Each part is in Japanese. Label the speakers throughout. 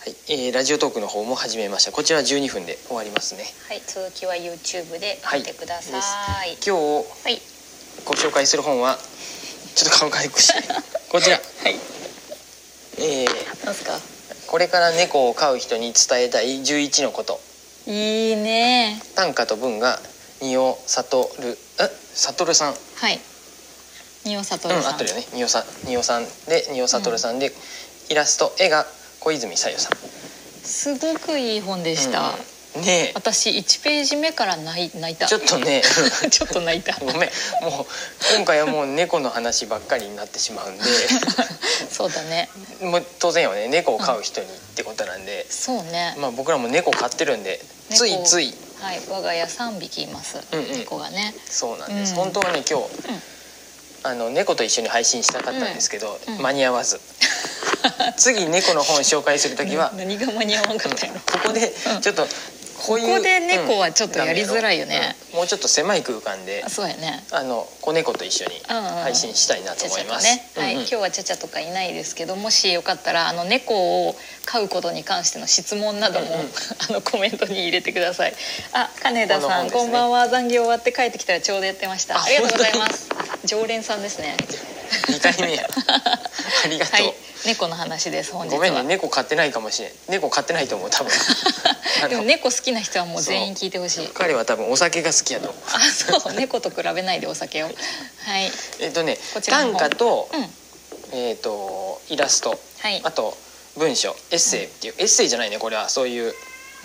Speaker 1: はい、えーラジオトークの方も始めました。こちら12分で終わりますね。
Speaker 2: はい、続きは YouTube で見てください。
Speaker 1: 今日
Speaker 2: はい、はい、
Speaker 1: ご紹介する本はちょっと顔がゆく し、こちら、えー
Speaker 2: なんすか。
Speaker 1: これから猫を飼う人に伝えたい11のこと。
Speaker 2: いいね。
Speaker 1: 短歌と文が仁尾悟る、え、悟さん、
Speaker 2: はい。におさと
Speaker 1: う
Speaker 2: る
Speaker 1: ん、
Speaker 2: さ
Speaker 1: 合
Speaker 2: ん。
Speaker 1: ってるよね。仁尾さん、仁尾さんで仁尾悟さんで、イラスト絵が小泉さよさん。
Speaker 2: すごくいい本でした。
Speaker 1: うんねえ、
Speaker 2: 私1ページ目から泣い泣いた。
Speaker 1: ちょっとね。
Speaker 2: と ちょっと泣いた。
Speaker 1: ごめんもう今回はもう猫の話ばっかりになってしまうんで
Speaker 2: そうだね。
Speaker 1: もう当然よね猫を飼う人にってことなんで、
Speaker 2: そうね。
Speaker 1: まあ、僕らも猫飼ってるんで
Speaker 2: 猫
Speaker 1: ついつい
Speaker 2: はい、我が家3匹います。
Speaker 1: うんうん
Speaker 2: 猫がね。
Speaker 1: そうなんです、
Speaker 2: うん
Speaker 1: 本当はね今日、あの猫と一緒に配信したかったんですけど、
Speaker 2: うんうん
Speaker 1: 間に合わ ず次猫の本紹介する時は、
Speaker 2: 何が間に合わんかったやろ。
Speaker 1: ここでちょっとこういう、
Speaker 2: ここで猫はちょっとやりづらいよね
Speaker 1: うんもうちょっと狭い空間で
Speaker 2: あそうやね。
Speaker 1: あの子猫と一緒に配信したいなと
Speaker 2: ちゃ
Speaker 1: 思
Speaker 2: ちゃ
Speaker 1: い
Speaker 2: と
Speaker 1: ます。
Speaker 2: ね、はい、
Speaker 1: うんうん
Speaker 2: 今日はちゃちゃとかいないですけど、もしよかったらあの猫を飼うことに関しての質問なども、
Speaker 1: うんうん
Speaker 2: あのコメントに入れてください。あ、金田
Speaker 1: この
Speaker 2: さ
Speaker 1: 本
Speaker 2: ん、
Speaker 1: ですね
Speaker 2: こんばんは。残業終わって帰ってきたらちょうどやってました。
Speaker 1: あ
Speaker 2: ありがとうございます。常連さんですね。
Speaker 1: 二回目や。 ありがと
Speaker 2: は
Speaker 1: う。
Speaker 2: い、猫の話です本日
Speaker 1: ご
Speaker 2: は。
Speaker 1: めんね、猫飼ってないかもしれん。猫飼ってないと思う、 多分。あ
Speaker 2: でも
Speaker 1: の
Speaker 2: 猫好きな人はもう全員聞いてほしい。
Speaker 1: 彼は多分お酒が好きやと思う。
Speaker 2: あ、そう、猫と比べないでお酒を。はい。
Speaker 1: えっとね
Speaker 2: こ、ちら
Speaker 1: 短
Speaker 2: の方
Speaker 1: 歌と、
Speaker 2: うん。
Speaker 1: えっと、イラスト、
Speaker 2: はい
Speaker 1: あ。と文章、エッセイっていう、エッセイじゃないね、これはそういう。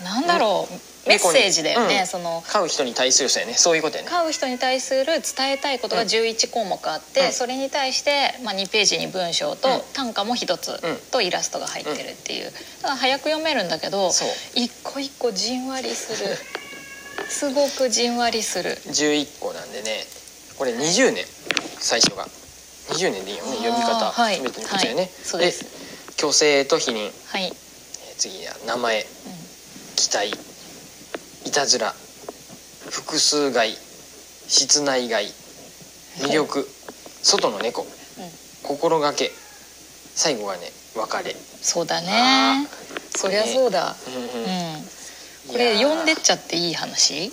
Speaker 2: なんだろう。メッ
Speaker 1: 猫に
Speaker 2: セージだよね。
Speaker 1: うん
Speaker 2: その。
Speaker 1: 飼う人に対する人やね、そういうことやね。
Speaker 2: 飼う人に対する伝えたいことが
Speaker 1: うん
Speaker 2: 11項目あって、
Speaker 1: うん
Speaker 2: それに対して、まあ、2ページに文章と
Speaker 1: うん
Speaker 2: 短歌も1つ
Speaker 1: うん
Speaker 2: とイラストが入ってるっていう、だから早く読めるんだけど
Speaker 1: そう
Speaker 2: 一個一個じんわりする すごくじんわりする
Speaker 1: 十一個なんでね、これ二十年、最初が。二十年でいいよね、読み
Speaker 2: あー
Speaker 1: 方、
Speaker 2: はい
Speaker 1: すべてにこちらね。
Speaker 2: はいそうです
Speaker 1: 虚勢と否認、
Speaker 2: はい、うん、
Speaker 1: えー次は名前。期待いたずら複数外室内外魅力外の猫
Speaker 2: うん
Speaker 1: 心がけ最後がね別れ、
Speaker 2: そうだ
Speaker 1: あ
Speaker 2: ねそりゃそうだ、
Speaker 1: うんうん
Speaker 2: うん、これ読んでっちゃっていい
Speaker 1: い
Speaker 2: 話
Speaker 1: や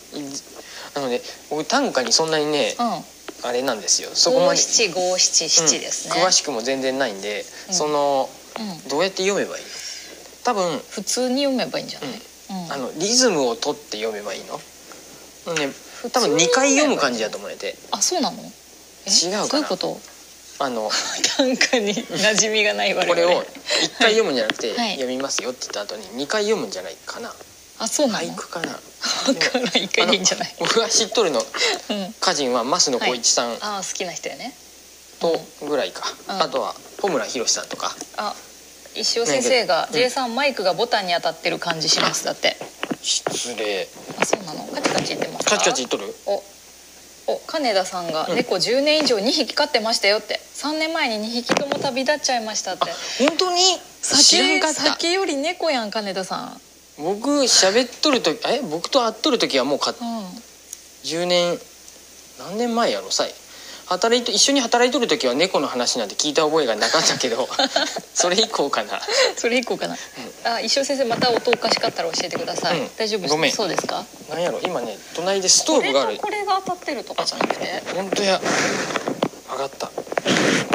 Speaker 1: ーなので僕短歌にそんなにね
Speaker 2: うん
Speaker 1: あれなんですよそこま
Speaker 2: 五
Speaker 1: で、
Speaker 2: 七五七七ですね、
Speaker 1: うん詳しくも全然ないんで、
Speaker 2: うん
Speaker 1: その
Speaker 2: うん、
Speaker 1: どうやって読めばいいの多分、
Speaker 2: 普通に読めばいいんじゃない、うん
Speaker 1: あのリズムを取って読めばいいの、ね、多
Speaker 2: 通
Speaker 1: 分
Speaker 2: に
Speaker 1: 2回読む感じだと思うねて
Speaker 2: あそうなのえ
Speaker 1: 違うかな
Speaker 2: どういうこと
Speaker 1: あの
Speaker 2: 短歌に馴染みがない我
Speaker 1: こ
Speaker 2: 々
Speaker 1: れを一回読むんじゃなくて
Speaker 2: はい
Speaker 1: 読みますよって言った後に二回読むんじゃないかな
Speaker 2: あそうなの
Speaker 1: 俳句かな
Speaker 2: だから一回でいいんじゃない
Speaker 1: あの僕が知っとるの
Speaker 2: うん
Speaker 1: 歌人は増野光一さん
Speaker 2: ああ好きな人やね
Speaker 1: とぐらいか、
Speaker 2: うん
Speaker 1: あとは穂村博さんとか
Speaker 2: あ石尾先生が
Speaker 1: うん
Speaker 2: J さんマイクがボタンに当たってる感じしますだって
Speaker 1: 失礼
Speaker 2: あそうなのカチカチ言ってますか
Speaker 1: カチカチ言っとる
Speaker 2: おお金田さんが
Speaker 1: うん
Speaker 2: 猫10年以上2匹飼ってましたよって3年前に2匹とも旅立っちゃいましたって
Speaker 1: 本当に知らんかった
Speaker 2: 酒より猫やん金田さ
Speaker 1: 僕喋っとる時え僕と会っとる時はもうか
Speaker 2: んうん
Speaker 1: 10年何年前やろさい働いと一緒に働いとる時は猫の話なんて聞いた覚えがなかったけ どそれ以降かな
Speaker 2: それ以降かな、あ石尾先生また音おかしかったら教えてください、
Speaker 1: うん
Speaker 2: 大丈夫
Speaker 1: ごめん
Speaker 2: そうですか
Speaker 1: なんやろ今ね隣でストーブがある
Speaker 2: これがこれが当たってるとかじゃなくて
Speaker 1: 本当や上がった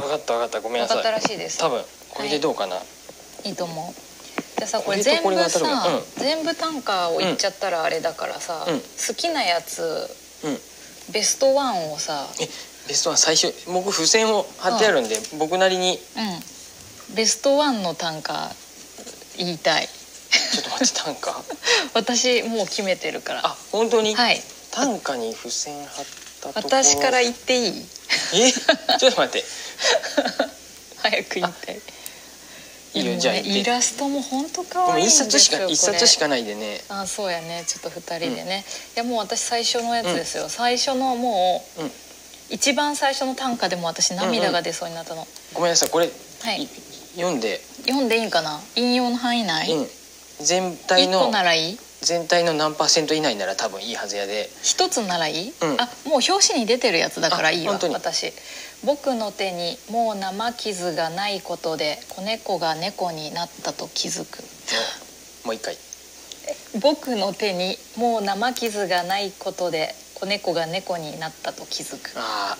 Speaker 1: 上がった上がったごめんな
Speaker 2: 当
Speaker 1: さ
Speaker 2: たったら
Speaker 1: い
Speaker 2: しいです
Speaker 1: 多分これでどうかな、
Speaker 2: いいと思うじゃあさこ
Speaker 1: これ
Speaker 2: れ
Speaker 1: と
Speaker 2: 全
Speaker 1: これ
Speaker 2: 部
Speaker 1: が当
Speaker 2: さ
Speaker 1: たるわうん
Speaker 2: 全部単価を言っちゃったらあれだからさ、
Speaker 1: うん
Speaker 2: 好きなやつ
Speaker 1: うん
Speaker 2: ベストワンをさ、
Speaker 1: えベストは最初僕付箋を貼ってあるんで、僕なりに
Speaker 2: うん、ベストワンの単価言いたい
Speaker 1: ちょっと待って短歌
Speaker 2: 私もう決めてるから
Speaker 1: あ本当に、
Speaker 2: はい
Speaker 1: 短歌に付箋貼ったところ
Speaker 2: 私から
Speaker 1: え
Speaker 2: 言っていい
Speaker 1: ちょっと待って
Speaker 2: 早く言いたい
Speaker 1: いい
Speaker 2: で
Speaker 1: よ
Speaker 2: も
Speaker 1: じゃあ
Speaker 2: ね
Speaker 1: 言
Speaker 2: イ
Speaker 1: って
Speaker 2: ラストも本当可
Speaker 1: ごめ
Speaker 2: 愛
Speaker 1: ん
Speaker 2: いん
Speaker 1: 一
Speaker 2: ですよ
Speaker 1: 冊しか
Speaker 2: これ
Speaker 1: 一冊しかないでね
Speaker 2: あそうやねちょっと2人でね、いやもう私最初のやつですよ、最初のもう、
Speaker 1: うん
Speaker 2: 一番最初の短歌でも私涙が出そうになったの、
Speaker 1: ごめんなさいこれ、
Speaker 2: はい
Speaker 1: い読んで、
Speaker 2: 読んでいいんかな引用の範囲内、
Speaker 1: うん、全体
Speaker 2: 一個
Speaker 1: の
Speaker 2: ならいい
Speaker 1: 全体の何パーセント以内なら多分いいはずや で
Speaker 2: 一つならいい、
Speaker 1: うん
Speaker 2: あもう表紙に出てるやつだからいい
Speaker 1: あ
Speaker 2: わ
Speaker 1: 本当に
Speaker 2: 私僕の手にもう生傷がないことで子猫が猫になったと気づく
Speaker 1: もう一回
Speaker 2: 僕の手にもう生傷がないことで子猫が猫になったと気づく
Speaker 1: あ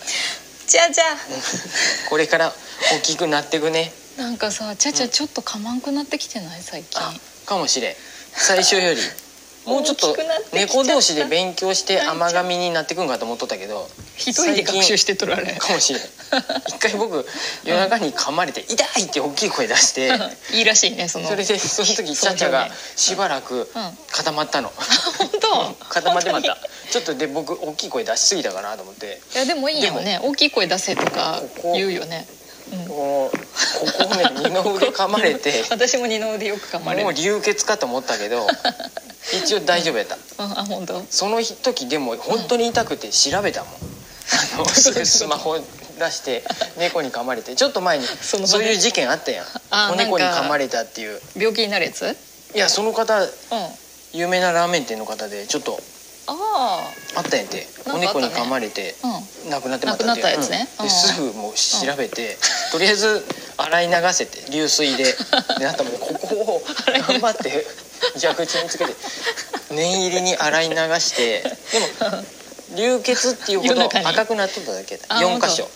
Speaker 2: じゃあじゃ
Speaker 1: あこれから大きくなってくね
Speaker 2: あなんかさちゃちゃちょっとかまんくなってきてない最近
Speaker 1: あかもしれん最初よりもうちょっ
Speaker 2: 大
Speaker 1: と
Speaker 2: きくなってきちゃった
Speaker 1: 猫同士で勉強して甘噛みになってくんかと思っとったけど
Speaker 2: 一人で学習してとられ
Speaker 1: かもし れん一回僕夜中に噛まれて「痛い!」って大きい声出して
Speaker 2: いいらしいねその
Speaker 1: それでその時ち
Speaker 2: そ
Speaker 1: ゃ
Speaker 2: の表現
Speaker 1: ちゃがしばらく
Speaker 2: うん
Speaker 1: 固まったの
Speaker 2: 本当
Speaker 1: 固まってま
Speaker 2: 本当に
Speaker 1: たちょっとで僕大きい声出しすぎたかなと思って
Speaker 2: いやでもいいよね大きい声出せとか
Speaker 1: ここ
Speaker 2: 言うよね
Speaker 1: こうここをね二の腕噛まれて
Speaker 2: 私も二の腕よく噛まれ
Speaker 1: もう
Speaker 2: る
Speaker 1: 流血かと思ったけど一応大丈夫やった
Speaker 2: うんあ本当
Speaker 1: その時でも本当に痛くて調べたもん、あのスマホ出して猫に噛まれてちょっと前に
Speaker 2: その
Speaker 1: そ
Speaker 2: 場で
Speaker 1: ういう事件あったやん
Speaker 2: あ
Speaker 1: 子猫に
Speaker 2: なんか
Speaker 1: 噛まれたっていう
Speaker 2: 病気になるやつうん
Speaker 1: いやその方
Speaker 2: あ
Speaker 1: 有名なラーメン店の方でちょっと
Speaker 2: あ
Speaker 1: あったんやって
Speaker 2: な
Speaker 1: お
Speaker 2: んかあった
Speaker 1: 猫
Speaker 2: ね
Speaker 1: に噛まれて
Speaker 2: うん
Speaker 1: 亡くなってまった
Speaker 2: 亡くなったやつね
Speaker 1: うん
Speaker 2: うん
Speaker 1: ですぐもう調べて、とりあえず洗い流せて流 水でであともうここを頑張って蛇口につけて念入りに洗い流してでも流血っていうほ
Speaker 2: 夜
Speaker 1: ど
Speaker 2: 中に
Speaker 1: 赤くなっとっただけだ
Speaker 2: あ
Speaker 1: 4箇所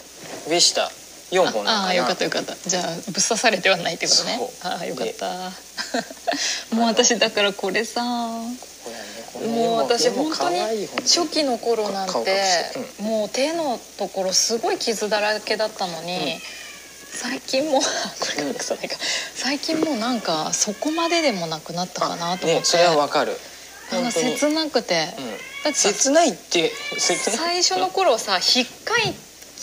Speaker 1: 上下4本な
Speaker 2: あ
Speaker 1: の
Speaker 2: あ
Speaker 1: か
Speaker 2: よ
Speaker 1: な
Speaker 2: かったよかったじゃあぶっ刺されてはないってことね
Speaker 1: そう
Speaker 2: ああよかった もう私だからこれさ
Speaker 1: これはねこの
Speaker 2: もう私
Speaker 1: 絵も
Speaker 2: 本当に
Speaker 1: 可愛い本
Speaker 2: 初期の頃なん
Speaker 1: 顔隠
Speaker 2: て
Speaker 1: して
Speaker 2: もう手のところすごい傷だらけだったのに、最近もこれ隠さないか最近もうなんかそこまででもなくなったかなと思っ
Speaker 1: ね、
Speaker 2: て、
Speaker 1: それはわかる
Speaker 2: なんか
Speaker 1: 本当に、うん、
Speaker 2: 切なくて、だってさ
Speaker 1: 切ないって切ない
Speaker 2: 最初の頃さ引っかい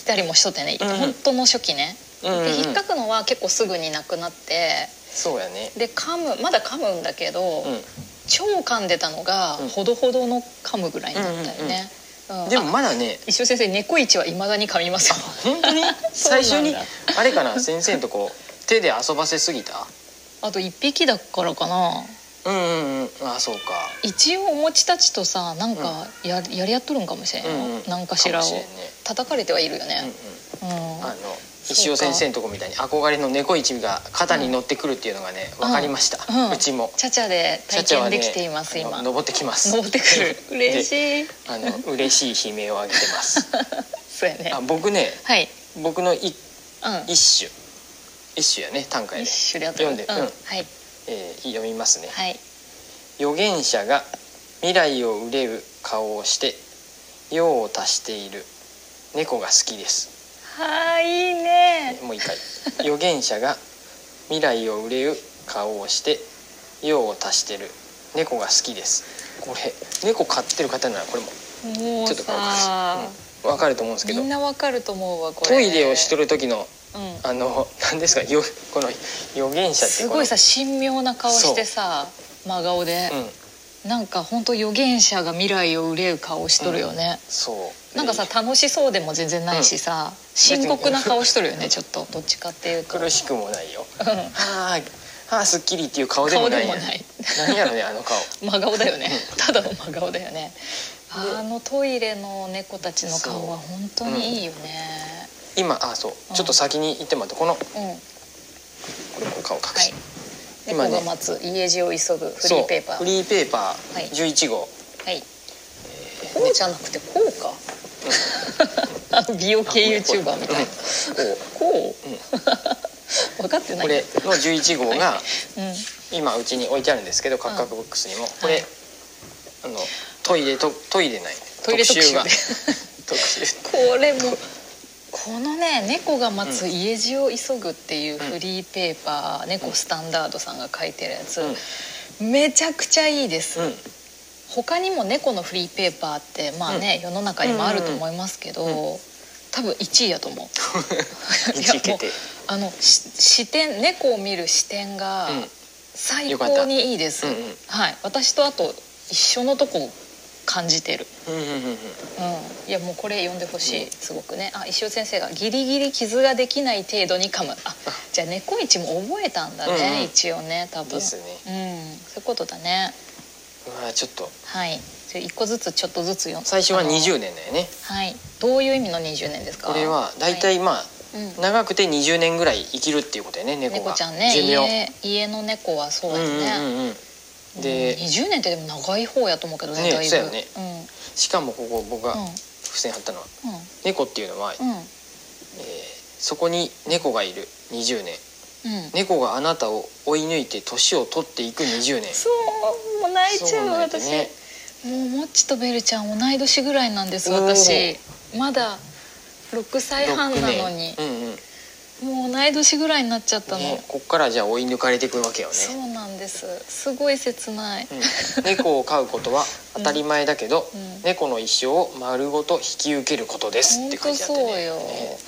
Speaker 2: たりもしとってね、
Speaker 1: うん
Speaker 2: 本当の初期ね、
Speaker 1: うんうん
Speaker 2: で引っかくのは結構すぐになくなって
Speaker 1: そうやね
Speaker 2: で噛むまだ噛むんだけど、
Speaker 1: うん
Speaker 2: 超噛んでたのが
Speaker 1: うん
Speaker 2: ほどほどの噛むぐらいになったよね、うん
Speaker 1: でも
Speaker 2: あ
Speaker 1: まだね
Speaker 2: 一生先生猫一はいまだに噛みますよ
Speaker 1: 本当に
Speaker 2: そう
Speaker 1: 最
Speaker 2: なんだ
Speaker 1: 初にあれかな先生のとこ手で遊ばせすぎた
Speaker 2: あと一匹だからかな
Speaker 1: うんうんうんあそうか
Speaker 2: 一応お餅たちとさなんかや,、やり合っとるんかもしれんよ、
Speaker 1: うんうん
Speaker 2: なんかしらを
Speaker 1: かもしれんね
Speaker 2: 叩かれてはいるよ
Speaker 1: うんう
Speaker 2: ね
Speaker 1: ん、
Speaker 2: うん
Speaker 1: あの石尾先生のとこみたいに憧れの猫一が肩に乗ってくるっていうのがね分かりました
Speaker 2: うん
Speaker 1: うちも
Speaker 2: ちゃちゃで体
Speaker 1: 社長は
Speaker 2: 験
Speaker 1: ね
Speaker 2: できています、
Speaker 1: あの
Speaker 2: 今
Speaker 1: 登ってきます
Speaker 2: 登ってくる
Speaker 1: で
Speaker 2: 嬉しい
Speaker 1: あの嬉しい悲鳴を上げてます
Speaker 2: そうやね
Speaker 1: あ僕ね
Speaker 2: はい、
Speaker 1: 僕の一
Speaker 2: うん、
Speaker 1: 一首一首やね短歌やね
Speaker 2: 一種類あった
Speaker 1: 読んで
Speaker 2: うん
Speaker 1: うん
Speaker 2: はい
Speaker 1: えー読みますね
Speaker 2: はい
Speaker 1: 預言者が未来を憂う顔をして用を足している猫が好きです
Speaker 2: はいいいね
Speaker 1: もう一回 預言者が未来を憂う顔をして用を足してる猫が好きですこれ猫飼ってる方ならこれも
Speaker 2: もう
Speaker 1: ちょっとこれわ
Speaker 2: さ
Speaker 1: か、る,、分かると思うんですけ
Speaker 2: み
Speaker 1: ど
Speaker 2: んなわかると思うわこれ
Speaker 1: トイレをしとる時の
Speaker 2: うん
Speaker 1: あの何ですかよこの預言者って
Speaker 2: すごいさ神妙な顔してさ真顔で
Speaker 1: こ、のうん
Speaker 2: なんか本当預言者が未来を憂う顔しとるよね、
Speaker 1: そう
Speaker 2: なんかさ楽しそうでも全然ないしさ、深刻な顔しとるよねちょっとどっちかっていうと
Speaker 1: 苦しくもない よ
Speaker 2: うん
Speaker 1: はあはあすっきりっていう顔でも
Speaker 2: 顔
Speaker 1: な
Speaker 2: で
Speaker 1: い
Speaker 2: も
Speaker 1: やん
Speaker 2: ない
Speaker 1: なんやろねあの顔
Speaker 2: 真顔だよねただの真顔だよねあのトイレの猫たちの顔は本当にいいよね
Speaker 1: 今あそう
Speaker 2: うん
Speaker 1: ちょっと先に行ってもらってこのこ
Speaker 2: うん、
Speaker 1: れも顔隠
Speaker 2: は
Speaker 1: し
Speaker 2: い
Speaker 1: て、今
Speaker 2: 猫
Speaker 1: ね
Speaker 2: が待つ家路を急ぐフリ
Speaker 1: そう
Speaker 2: ーペーパ
Speaker 1: フ
Speaker 2: ー
Speaker 1: リーペーパ
Speaker 2: はい
Speaker 1: ー11号
Speaker 2: はいこうじゃなくてこうかあの美容系 YouTuber みたいな
Speaker 1: うん
Speaker 2: こう分か ってない
Speaker 1: これの11号が
Speaker 2: うん
Speaker 1: 今うちに置いてあるんですけどカクカクボックスにもこれあのトイレとトイレない
Speaker 2: トイレ特集で
Speaker 1: 特集
Speaker 2: これもこのね「猫が待つ家路を急ぐ」っていうフリーペーパー、猫スタンダードさんが書いてるやつ、めちゃくちゃいいです、
Speaker 1: うんうん
Speaker 2: 他にも猫のフリーペーパーってまあね、世の中にもあると思いますけど、多分1位やと思う いや
Speaker 1: 一決定
Speaker 2: もうあのし視点猫を見る視点が
Speaker 1: うん
Speaker 2: 最
Speaker 1: よかった
Speaker 2: 高にいいで
Speaker 1: う
Speaker 2: す、
Speaker 1: んうん
Speaker 2: はい私とあと一緒のとこ感じてる
Speaker 1: うんうんうんうん
Speaker 2: うん、いやもうこれ読んでほしい、すごくねあ石尾先生が「ギリギリ傷ができない程度に噛む」あじゃあ猫一も覚えたんだね、
Speaker 1: うんうん
Speaker 2: 一応ね多分
Speaker 1: ですね
Speaker 2: うんそういうことだね
Speaker 1: うわちょっと
Speaker 2: はいじゃあ一個ずつちょっとずつ読ん
Speaker 1: 最初は
Speaker 2: あの
Speaker 1: 20年だよね
Speaker 2: はいどういう意味の20年ですか
Speaker 1: これは大
Speaker 2: は
Speaker 1: 体まあ
Speaker 2: いうん
Speaker 1: 長くて20年ぐらい生きるっていうことやね猫が
Speaker 2: 猫ちゃんね
Speaker 1: 寿命
Speaker 2: 家家の猫はそう
Speaker 1: う
Speaker 2: や
Speaker 1: ん
Speaker 2: ね、
Speaker 1: うんうんうんで
Speaker 2: 20年ってでも長い方やと思うけどね
Speaker 1: ね
Speaker 2: だいぶ
Speaker 1: そうやね
Speaker 2: うんうん
Speaker 1: しかもここ僕が付箋貼ったのは、猫っていうのは、
Speaker 2: うん
Speaker 1: えーそこに猫がいる20年
Speaker 2: うん
Speaker 1: 猫があなたを追い抜いて年を取っていく20年
Speaker 2: そうもう泣いちゃう
Speaker 1: そうなんだよ
Speaker 2: 私
Speaker 1: ね
Speaker 2: もうもっちとベルちゃん同い年ぐらいなんです私まだ6歳半なのに
Speaker 1: 六、年うんうん
Speaker 2: もう同い年ぐらいになっちゃったの、
Speaker 1: ね、こっからじゃあ追い抜かれていくわけよね、
Speaker 2: そうなんですすごい切ない、
Speaker 1: うん猫を飼うことは当たり前だけど、
Speaker 2: うんうん
Speaker 1: 猫の一生を丸ごと引き受けることですっ
Speaker 2: 本
Speaker 1: て
Speaker 2: 当
Speaker 1: 書いてあって、
Speaker 2: そ
Speaker 1: ね、
Speaker 2: うよ、
Speaker 1: ね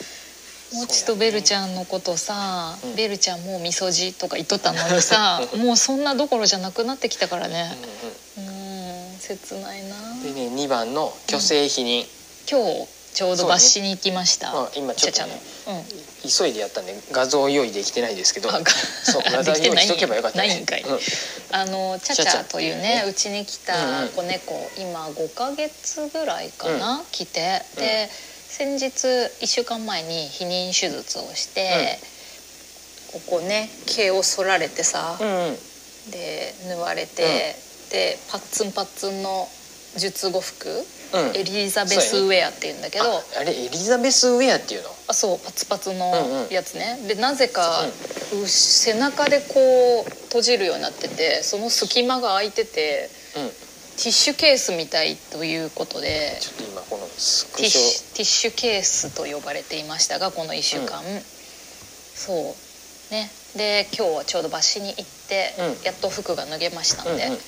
Speaker 2: もちとベルちゃんのことさ、
Speaker 1: うん
Speaker 2: ベルちゃんもうみそじとか言っとったの にさもうそんなどころじゃなくなってきたからね
Speaker 1: う
Speaker 2: うん切ないな
Speaker 1: う
Speaker 2: ん
Speaker 1: んでね2番の「虚勢否認
Speaker 2: 今日ちょうど罰しに行きました、
Speaker 1: まあ今ちょっとね
Speaker 2: ゃの、」
Speaker 1: 急いでやったんで画像用意できてないですけど
Speaker 2: あが
Speaker 1: そう画像
Speaker 2: できて
Speaker 1: 用意
Speaker 2: ない
Speaker 1: しとけばよかったね
Speaker 2: ないんかい
Speaker 1: うん
Speaker 2: あのチャチ
Speaker 1: チャ
Speaker 2: ャ
Speaker 1: チャ
Speaker 2: というねうちに来
Speaker 1: うんう
Speaker 2: た
Speaker 1: ん
Speaker 2: 子猫、今5ヶ月ぐらいかな、来てで、先日1週間前に避妊手術をして、ここね毛を剃られてさ、
Speaker 1: うんうん
Speaker 2: で縫われて、でパッツンパッツンの術後服、
Speaker 1: うん
Speaker 2: エリザベスウェアっていうんだけど
Speaker 1: ああれエリザベスウェアっていうの
Speaker 2: あそうパツパツ
Speaker 1: うん
Speaker 2: の
Speaker 1: うん
Speaker 2: やつね、でなぜか、う背中でこう閉じるようになっててその隙間が空いてて
Speaker 1: うん
Speaker 2: ティッシュケースみたいということで
Speaker 1: ちょっと今このス
Speaker 2: テ
Speaker 1: ク
Speaker 2: ィッ
Speaker 1: シ
Speaker 2: シ
Speaker 1: ョ
Speaker 2: ュティッシュケースと呼ばれていましたがこの1週間、そうねで今日はちょうどバシに行って、
Speaker 1: うん
Speaker 2: やっと服が脱げましたので、
Speaker 1: うんうん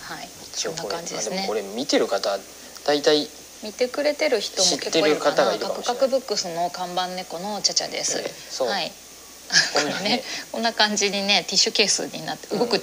Speaker 2: はい
Speaker 1: 一
Speaker 2: そ
Speaker 1: 応
Speaker 2: んな
Speaker 1: これ
Speaker 2: 感じです
Speaker 1: あ
Speaker 2: ね
Speaker 1: もこれ見てる方大体
Speaker 2: 見てくれてる人も結構いるか
Speaker 1: 知ってる方
Speaker 2: な
Speaker 1: がいるか
Speaker 2: カ
Speaker 1: もしれな
Speaker 2: ク
Speaker 1: い
Speaker 2: カクブックスの看板猫のチャチャです、
Speaker 1: ええそう
Speaker 2: はい
Speaker 1: こんな
Speaker 2: ね
Speaker 1: ね、
Speaker 2: こんな感じにねティッシュケースになって
Speaker 1: ん
Speaker 2: 動く